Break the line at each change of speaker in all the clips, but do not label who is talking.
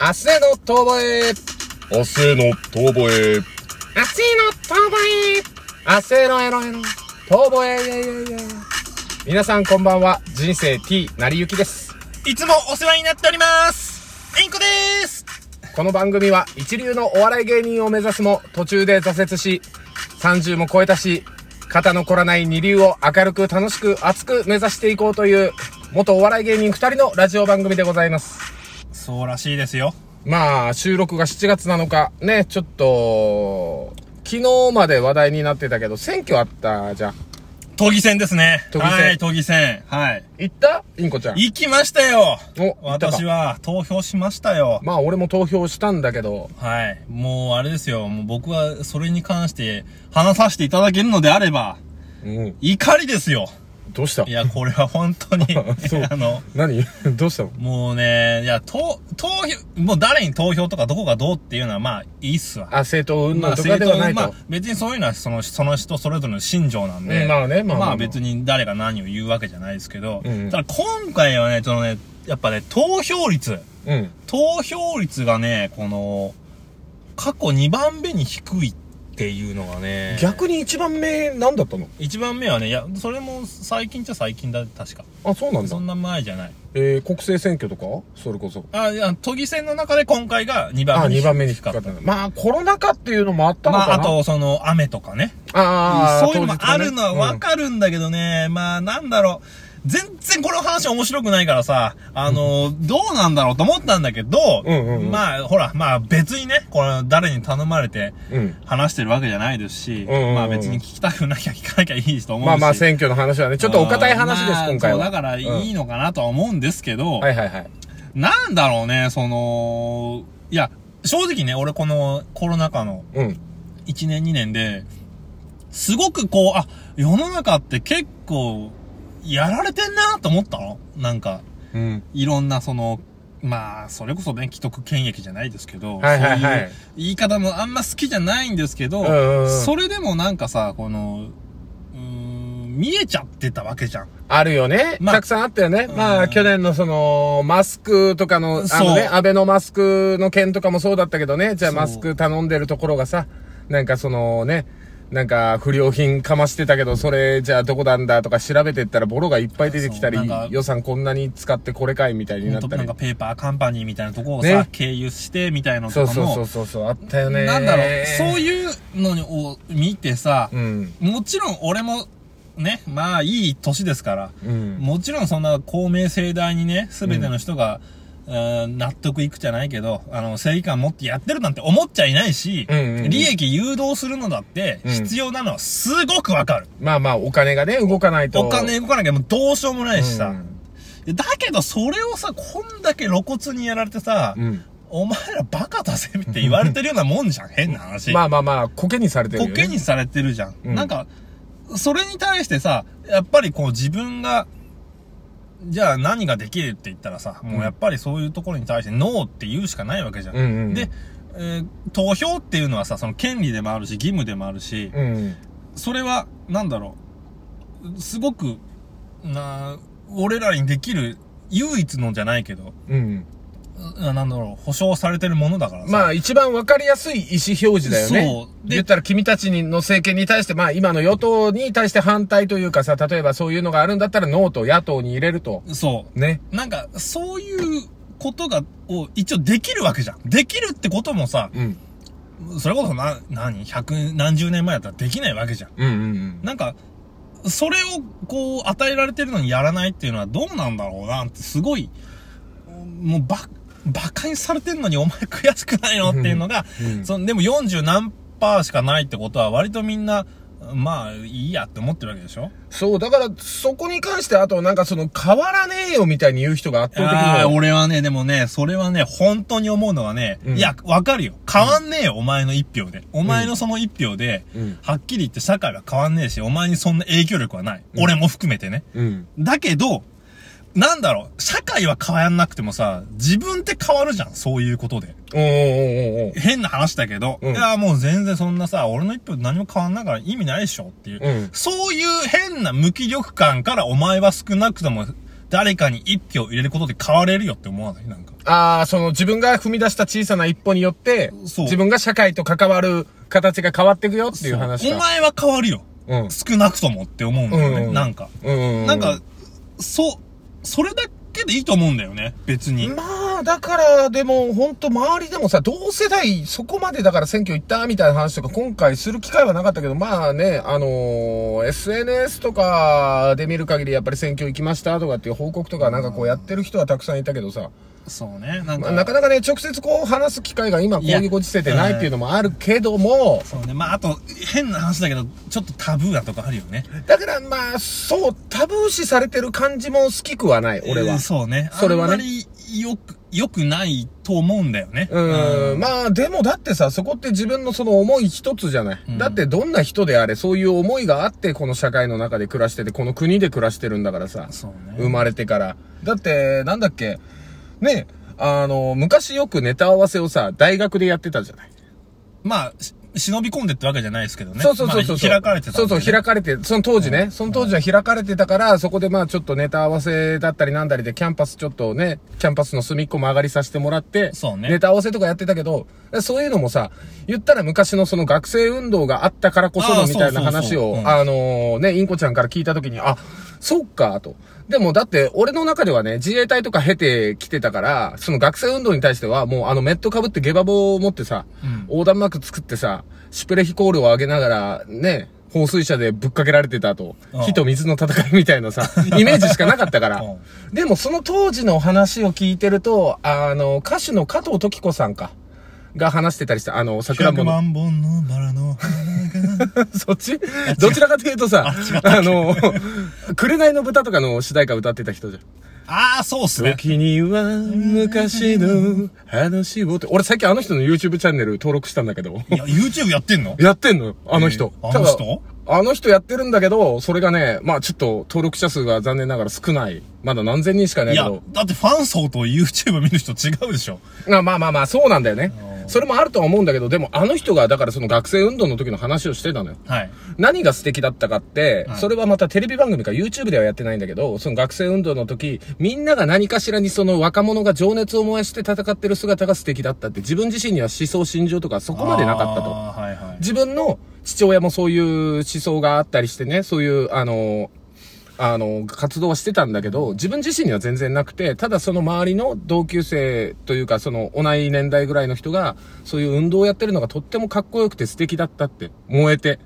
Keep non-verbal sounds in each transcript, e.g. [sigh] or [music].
明日への遠吠え
明日への遠吠え。
明日への遠吠え明日へのエロエロ遠吠えいやいやいや皆さんこんばんは人生 T なりゆきです
いつもお世話になっております。えんこでーす。
この番組は一流のお笑い芸人を目指すも途中で挫折し30も超えたし肩の凝らない二流を明るく楽しく熱く目指していこうという元お笑い芸人二人のラジオ番組でございます
そうらしいですよ。
まあ収録が7月7日ねちょっと昨日まで話題になってたけど選挙あったじゃん
都議選ですね。
都議選
はい、都議選。はい。
行ったインコちゃん
行きましたよ
お行ったか
私は投票しましたよ。
まあ俺も投票したんだけど、
はい。もうあれですよ。もう僕はそれに関して話させていただけるのであれば、
うん、
怒りですよ。
どうした
いや、これは本当に
[laughs] そう、
あの、
何 [laughs] どうしたの
もうね、いや、投、投票、もう誰に投票とかどこがどうっていうのはまあ、いいっすわ。
あ、政党云
まあ、
々とかではないと。
まあ、別にそういうのはその、その人それぞれの信条なんで。
うんまあねまあまあまあ
別に誰が何を言うわけじゃないですけど。
うん
ただ今回はね、そのね、やっぱね、投票率。
うん。
投票率がね、この、過去2番目に低いっていうのがね。
逆に一番目何だったの
一番目はね、いや、それも最近っちゃ最近だ、確か。
あ、そうなんだ
そ。んな前じゃない。
えー、国政選挙とかそれこそ。
あ、いや、都議選の中で今回が2
あ、
番目
二
に
番目に引っかかった。まあ、コロナ禍っていうのもあったの
ま
かな
あ、あ、と、その、雨とかね。
あー
そういうのもあるのはわ
当日ね
かるんだけどね、まあなんだろう。全然この話面白くないからさ、あの、どうなんだろうと思ったんだけど、
うんうんうん
まあほら、まあ別にね、これ誰に頼まれて
うん。うん
話してるわけじゃないですし、
んうんうん
まあ別に聞きたくなきゃ聞かなきゃいいしと思うし。
まあまあ、選挙の話はね、ちょっとお堅い話です
ま、あ
今回は。
そう、だからいい
うん
のかなとは思うんですけど、
はいはいはい。
なんだろうね、その、いや、正直ね、俺このコロナ禍の
うん。
1年2年で、すごくこう、あ、世の中って結構、やられてんなと思ったのなんか、
うん。
いろんなその、まあ、それこそね、既得権益じゃないですけど、
はいはいはい
そういう言い方もあんま好きじゃないんですけど、
うんうんうん
それでもなんかさ、この、うーん、見えちゃってたわけじゃん。
あるよね。
まあ
たくさんあったよね。ま
う
あ、
ん
去年のその、マスクとかの、あのね、
そう
安倍のマスクの件とかもそうだったけどね、じゃあ
そう
マスク頼んでるところがさ、なんかそのね、なんか不良品かましてたけど、それじゃあどこなんだとか調べてったらボロがいっぱい出てきたり
そうなんか、
予算こんなに使ってこれかいみたいにな
ほ
っ
んと
た
な
り
んか。ペーパーカンパニーみたいなところをさ、
ね
経由してみたいなの
そ
と
う
か
そう
も、
そうそうそう、あったよね。
なんだろう、そう
う。
いうのを見てさ、
うん。
もちろん俺も、ね、まあいい年ですから、
うん。
もちろんそんな公明正大にね、すべての人が、うーん納得いくじゃないけど、あの、正義感持ってやってるなんて思っちゃいないし、
うんうんうん
利益誘導するのだって
うん
必要なのはすごくわかる。
まあまあ、お金がね、動かないと。
お金動かなきゃもうどうしようもないしさ。
うん
だけどそれをさ、こんだけ露骨にやられてさ、
うん。
お前らバカだぜって言われてるような
[laughs]
もんじゃん、変な話。
まあまあまあ、コケにされてるよ
コ
ね。
ケにされてるじゃん。
うん
なんか、それに対してさ、やっぱりこう自分が、じゃあ何ができるって言ったらさ、もうやっぱりそういうところに対してノーって言うしかないわけじゃん。
うんうんうん
で、えー投票っていうのはさ、その権利でもあるし、義務でもあるし、
うん。
それは、なんだろう、すごく、なー、俺らにできる唯一のじゃないけど、
うん。
うなんだろう、保証されてるものだからさ。
まあ一番わかりやすい意思表示だよね。
そうで
言ったら君たちの政権に対して、まあ今の与党に対して反対というかさ、例えばそういうのがあるんだったらノーと野党に入れると。
そう。
ね。
なんか、そういうことが、を一応できるわけじゃん。できるってこともさ、
うん。
それこそな、何、百、何十年前だったらできないわけじゃん。
うんうんうん。
なんか、それを、こう、与えられてるのにやらないっていうのはどうなんだろうなって、すごい、もう、ば、馬鹿にされてんのにお前悔しくないのっていうのが、
うん
そのでも40何パーしかないってことは割とみんな、まあ、いいやって思ってるわけでしょ
そう、だからそこに関してあとなんかその変わらねえよみたいに言う人が圧倒的に
ああー、
多い
俺はね、でもね、それはね、本当に思うのはね、
うん
いや、わかるよ。変わんねえよ、お前の一票で。お前のその一票で、
うん
はっきり言って社会は変わんねえし、お前にそんな影響力はない。
うん
俺も含めてね。
うん。
だけど、なんだろう、社会は変わんなくてもさ、自分って変わるじゃん、そういうことで。
おーおーおーおー
変な話だけど、
うん
いや、もう全然そんなさ、俺の一票で何も変わんないから意味ないでしょっていう。
うん
そういう変な無気力感からお前は少なくとも誰かに一票入れることで変われるよって思わないなんか。
ああ、その自分が踏み出した小さな一歩によって、
そう
自分が社会と関わる形が変わっていくよっていう話
お
が。
前は変わるよ。
うん
少なくともって思うんだよね。
うん
なんか。
うん。
なんか、そ、それだけでいいと思うんだよね。別に。
まあ、だから、でも、ほんと、周りでもさ、同世代、そこまでだから選挙行ったみたいな話とか、今回する機会はなかったけど、まあね、あのー SNS とかで見る限り、やっぱり選挙行きましたとかっていう報告とか、なんかこうやってる人はたくさんいたけどさ、
そうね。なん
ま
か。
あなかなかね、直接こう話す機会が今、こういうご時世でないっていうのもあるけども、
そうね。まあ、あと、変な話だけど、ちょっとタブーなとこあるよね。
だからまあ、そう、タブー視されてる感じも好きくはない、俺
え
は
ー。そうね。
それはね
あんまり、よく、良くないと思うんだよね。
うん、まあでもだってさ、そこって自分のその思い一つじゃない。
うん
だってどんな人であれ、そういう思いがあって、この社会の中で暮らしてて、この国で暮らしてるんだからさ、
そうね。
生まれてから。だって、なんだっけ、ね、あの、昔よくネタ合わせをさ、大学でやってたじゃない。
まあ、し忍び込んでってわけじゃないですけどね。
そうそうそうそう。
まあ開かれてたんだ
そ
よ
う
ね、
そう、開かれて、その当時ね、その当時は開かれてたから、そこでまあちょっとネタ合わせだったりなんだりで、キャンパスちょっとね、キャンパスの隅っこ曲がりさせてもらって、
そうね
ネタ合わせとかやってたけど、そういうのもさ、言ったら昔のその学生運動があったからこそ
あ
の
あ
みたいな
そうそうそ
話
う
を、
うん
あのね、インコちゃんから聞いたときに、あ、そっか、と。でもだって、俺の中ではね、自衛隊とか経てきてたから、その学生運動に対しては、もうあのメット被って下馬棒を持ってさ、
うん
横断幕作ってさ、シュプレヒコールを上げながら、ね、放水車でぶっかけられてたと
うん、
火と水の戦いみたいなさ、イメージしかなかったから
うん。
でもその当時の話を聞いてると、あの、歌手の加藤時子さんか、が話してたりした、あの、桜
100
物。
万本のバラの花が。
[laughs] そっちどちらかというとさ、あの、紅の豚とかの主題歌歌ってた人じゃん。
ああ、そうっすね。
時には昔の話をって、俺最近あの人の YouTube チャンネル登録したんだけど。 [laughs]
いや、YouTube やってんの
やってんのよ、あの人。
えーあの人
ただあの人やってるんだけど、それがね、まあちょっと登録者数が残念ながら少ない。まだ何千人しかいないいけ
や
ど、。
だってファン層と YouTube 見る人違うでしょ。
あまあまあまあ、そうなんだよね
う。ん
それもあるとは思うんだけど、でもあの人がだからその学生運動の時の話をしてたのよ。
はい。
何が素敵だったかって、
はい
それはまたテレビ番組か YouTube ではやってないんだけど、その学生運動の時、みんなが何かしらにその若者が情熱を燃やして戦ってる姿が素敵だったって、自分自身には思想心情とかそこまでなかったと。
あーはいはい。
自分の父親もそういう思想があったりしてね、そういう、あの、あの、活動はしてたんだけど、自分自身には全然なくて、ただその周りの同級生というか、その同い年代ぐらいの人が、そういう運動をやってるのがとってもかっこよくて素敵だったって、燃えて。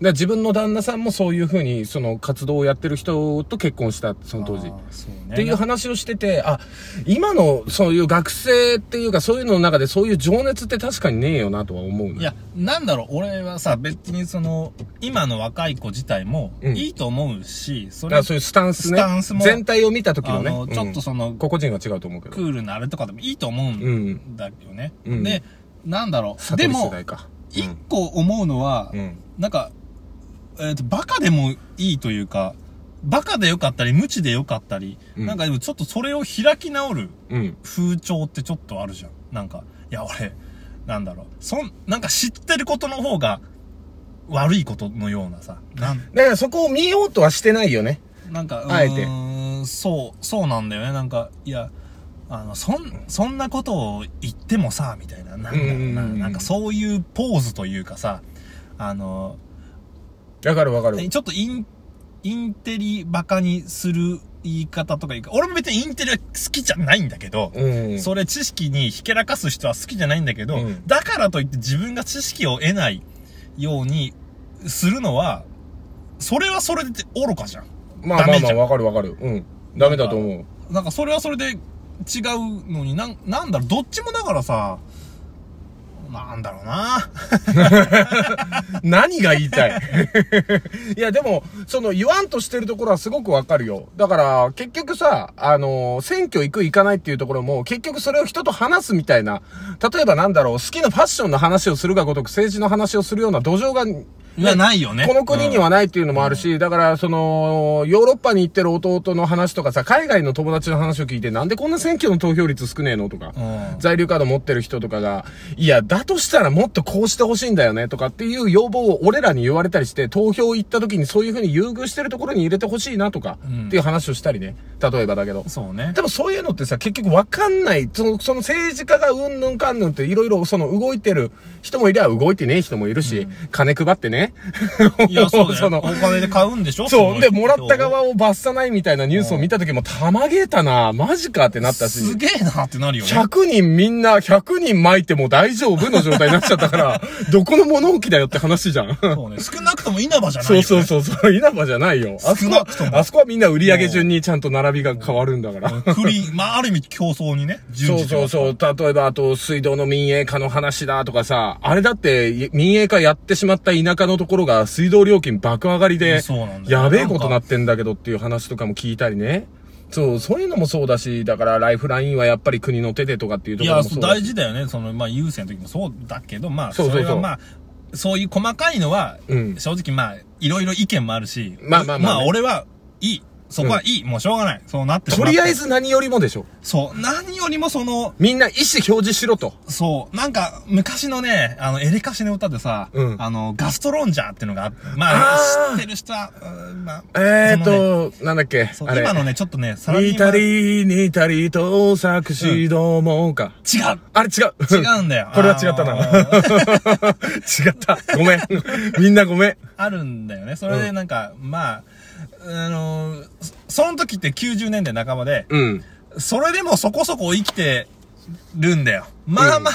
だから自分の旦那さんもそういうふうに、その活動をやってる人と結婚した、その当時。
あーそうね。
っていう話をしてて、あ、今のそういう学生っていうか、そういうのの中でそういう情熱って確かにねえよなとは思うの
いや、なんだろう、俺はさ、別にその、今の若い子自体も、
うん
いいと思うし、そ
だか
れ、
らそういうスタンスね。
スタンスも
全体を見た時の
あ
ね。
の、ちょっとその、
うん、個々人は違うと思うけ
ク
ど。
ールなあれとかでもいいと思う
うんん。
だよね。
うん
で、なんだろう、
悟
で
り世
も、
代か。
一個思うのは、
うん。うん。
なんか、えっ、と、バカでもいいというか、バカでよかったり、無知でよかったり、
うん
なんかでもちょっとそれを開き直る
うん。
風潮ってちょっとあるじゃん。なんか、いや、俺、なんだろう、そん、なんか知ってることの方が、悪いことのようなさ、なん、
だからそこを見ようとはしてないよね。
なんか、う
あえて
ーん、そう、そうなんだよね。なんか、いや、あの、そん、そんなことを言ってもさ、みたいな、なんだろう
うんうん
な、
うんうん
なんかそういうポーズというかさ、あの、
わかるわかる。
ちょっとイン、インテリバカにする言い方とかいうか、俺も別にインテリは好きじゃないんだけど、
うん。
それ知識にひけらかす人は好きじゃないんだけど、
うん
だからといって自分が知識を得ないようにするのは、それはそれで愚かじゃん。
まあ
ダ
まあ
メじ
ま
ゃ
あ、
ん
わかるわかる。うん。ダメだと思う。
なんかそれはそれで違うのに、なん、なんだろう、どっちもだからさ、なんだろうな。
何が言いたい [laughs] いや、でも、その、言わんとしてるところはすごくわかるよ。だから、結局さ、あの、選挙行く行かないっていうところも、結局それを人と話すみたいな、例えばなんだろう、好きなファッションの話をするがごとく政治の話をするような土壌が、
いや、ないよね。
この国にはないっていうのもあるし、だから、その、ヨーロッパに行ってる弟の話とかさ、海外の友達の話を聞いて、なんでこんな選挙の投票率少ねえのとか、
うん
在留カード持ってる人とかが、いや、だとしたらもっとこうしてほしいんだよねとかっていう要望を俺らに言われたりして、投票行った時にそういう風に優遇してるところに入れてほしいなとか、
ん
っていう話をしたりね。例えばだけど
うん。そう
[laughs]
ね
で。もそういうのってさ、結局わかんない。その、その政治家がうんぬんかんぬんっていろいろその動いてる人もいりゃ動いてねえ人もいるし、金配ってね。[laughs]
いや、そうだよ。
の
お金で買うんでしょ
そう。で、もらった
は
側を罰さないみたいなニュースを見た時も、たまげたなマジかってなった
す
し。
げえなってなるよね。
100人みんな、100人巻いても大丈夫の状態になっちゃった
[laughs]
から、どこの物置だよって話じゃん。
そうね。少なくとも稲葉じゃないよ、
そう
ね。
そうそうそう、稲葉じゃないよ。あそ
少
こ
な
は
くと、も
あそこはみんな売り上げ順にちゃんと並びが変わるんだから。
クリーン、まあ、ある意味競争にね、
そ
順
う
次
そうそう。例えば、あと、水道の民営化の話だとかさ、あれだって、民営化やってしまった田舎のところが、水道料金爆上がりで
そうなん、だよ
やべえことなってんだけどっていう話とかも聞いたりね。そう、そういうのもそうだし、だから、ライフラインはやっぱり国の手でとかっていうと
い
ころ
や、
も
そ
そううだ
大
し。
事だよね。その、まあ、優先の時もそうだけど、まあ、
そう
そ
そうそう
れはまあ、そういう細かいのは、
うん
正直まあ、いろいろ意見もあるし、
まあまあまあね
俺はいい。そこはいい。もうしょうがない。そうなってしま
と
った
りあえ。ず何よりもでしょ。
そう。何よりもその、
みんな意思表示しろと。
そう。なんか、昔のね、あの、エレカシの歌でさ、
うん
あの、ガストロンジャーっていうのがあっ、まあ、
あー
知ってる人は、うんまあ、
えー
そのね
と、なんだっけ
そ、う
あれ
今。のね、ちょっとね、サラリ
似
ーマ
た
ン。違
り、
う
似たりと、作詞どうもか。あれ違う。。
違うんだよ
これは違ったな
あのー
[laughs]
[laughs]
違った。ごめん。みんなごめん。
あるんだよね。それでなんか、まあ、あのーそその時って90年代半ばで、
うん。
それでもそこそこ生きてるんだよ。まあまあ、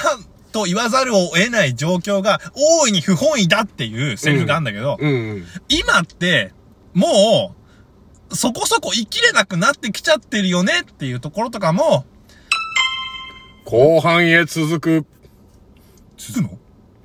と言わざるを得ない状況が大いに不本意だっていうセリフがあるんだけど、
うん。
今って、もう、そこそこ生きれなくなってきちゃってるよねっていうところとかも、
後半へ続く。
続くの